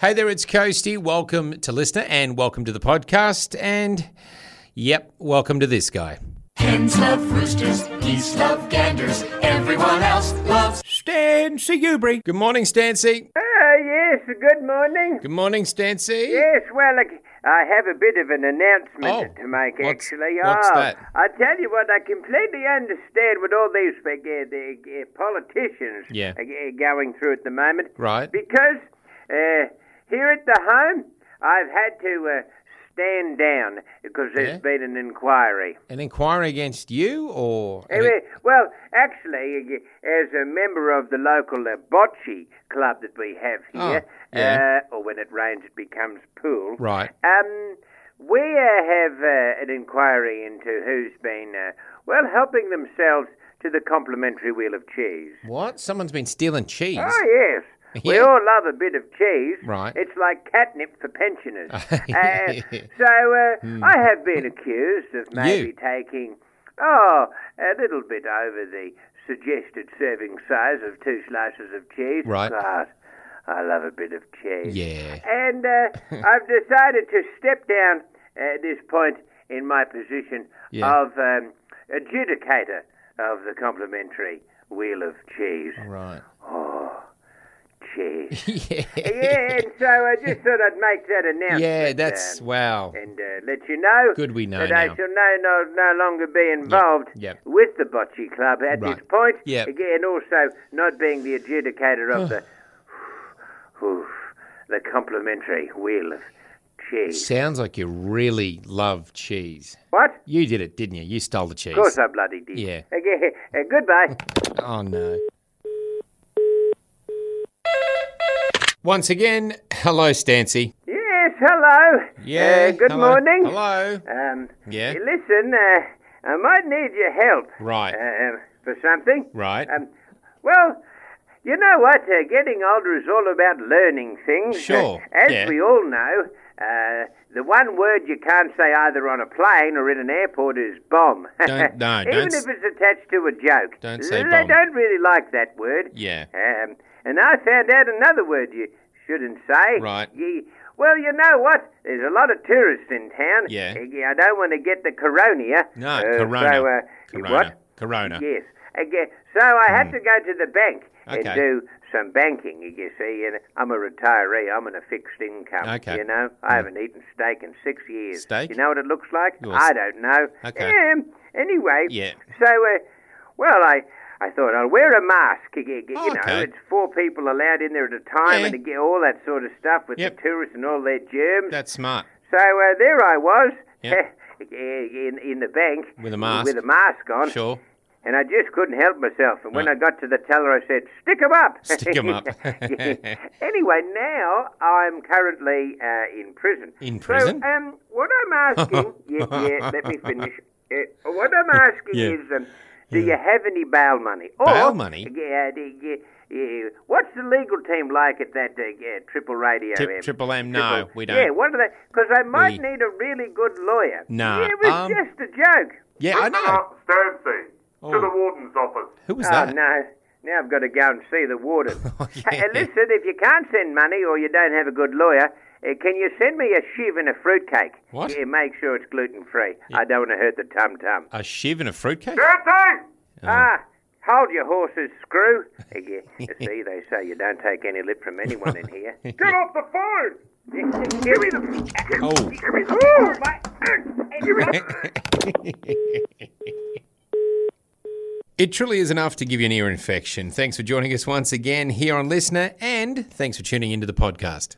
Hey there, it's Coasty. Welcome to Listener and welcome to the podcast. And yep, welcome to this guy. Hens love roosters, geese love ganders, everyone else loves. Stan Seubri. Good morning, Stancy. Ah, yes, good morning. Good morning, Stancy. Yes, well, look, I have a bit of an announcement Oh, to make, what's- actually. what's oh, that? I tell you what, I completely understand what all these big, uh, the, uh, politicians Yeah. are, uh, going through at the moment. Right. Because uh, here at the home, I've had to uh, stand down because there's Yeah. been an inquiry. An inquiry against you or. Anyway, well, actually, uh, as a member of the local uh, bocce club that we have Oh, here, yeah. uh, or when it rains, it becomes pool. Right. Um, we uh, have uh, an inquiry into who's been, uh, well, helping themselves to the complimentary wheel of cheese. What? Someone's been stealing cheese. Oh, yes. We Yeah. all love a bit of cheese. Right. It's like catnip for pensioners. Uh, so uh, Hmm. I have been accused of maybe taking, oh, a little bit over the suggested serving size of two slices of cheese. Right. But I love a bit of cheese. Yeah. And uh, I've decided to step down at this point in my position Yeah. of um, adjudicator of the complimentary wheel of cheese. Right. Oh, cheese. yeah. yeah, and so I just thought I'd make that announcement. Yeah, that's. um, Wow. and uh, let you know. Good we know That now. I shall no, no, no longer be involved yep. with the Bocce Club at Right. this point. Yep. Again, also not being the adjudicator of the. Oof, the complimentary wheel of cheese. Sounds like you really love cheese. What? You did it, didn't you? You stole the cheese. Of course I bloody did. Yeah. Again, uh, goodbye. Oh no. Once again, hello, Stancy. yes, hello. Uh, good hello. morning. Hello. Um, Yeah. Listen, uh, I might need your help. Right. Uh, for something. Right. Um, well, you know what? Uh, getting older is all about learning things. Sure, Uh, as yeah. we all know, uh, the one word you can't say either on a plane or in an airport is bomb. Don't- no, Even don't s- if it's attached to a joke. Don't say They bomb. don't really like that word. Yeah. Um, and I found out another word you shouldn't say. Right. Ye- well, you know what? There's a lot of tourists in town. Yeah. Uh, I don't want to get the corona. No, uh, corona. So, uh, corona. What? Corona. Yes. Again, so I had to go to the bank Mm. Okay. and do some banking, you see. And I'm a retiree. I'm on a fixed income. Okay. Mm. You know, I haven't eaten steak in six years. Steak? You know what it looks like? Well, I don't know. okay. Um, anyway. Yeah. So, uh, well, I. I thought I'll wear a mask. You, you know, Oh, Okay. it's four people allowed in there at a time, Yeah. and and get all that sort of stuff with Yep. the tourists and all their germs. That's smart. So uh, there I was Yeah. in in the bank With a mask. with a mask on, Sure. and I just couldn't help myself. And when Right. I got to the teller, I said, "Stick 'em up." Stick 'em up. anyway, now I'm currently uh, in prison. In So, prison? um, what I'm asking, yeah, yeah, let me finish. Uh, what I'm asking Yeah. is, um, do you have any bail money? Or, Bail money? Yeah, do you- yeah, What's the legal team like at that uh, yeah, Triple Radio? Tri- M? Triple M, no, we don't. um, Yeah, what are they? Because I might We- need a really good lawyer. Nah, Yeah, it was um, just a joke. Yeah, I know. Stancy, Oh. to the warden's office. Who was Oh that? Oh, no! Now I've got to go and see the warden. Hey, Yeah. listen, if you can't send money or you don't have a good lawyer, uh, can you send me a shiv and a fruitcake? What? Yeah, make sure it's gluten free. I don't want to hurt the tum tum. A shiv and a fruitcake? Stancy! Ah, hold your horses, screw. Uh, yeah, you see, they say you don't take any lip from anyone in here. Get off the phone! Give me the. Oh. Give me the. Oh, my- Give me the- It truly is enough to give you an ear infection. Thanks for joining us once again here on Listener, and thanks for tuning into the podcast.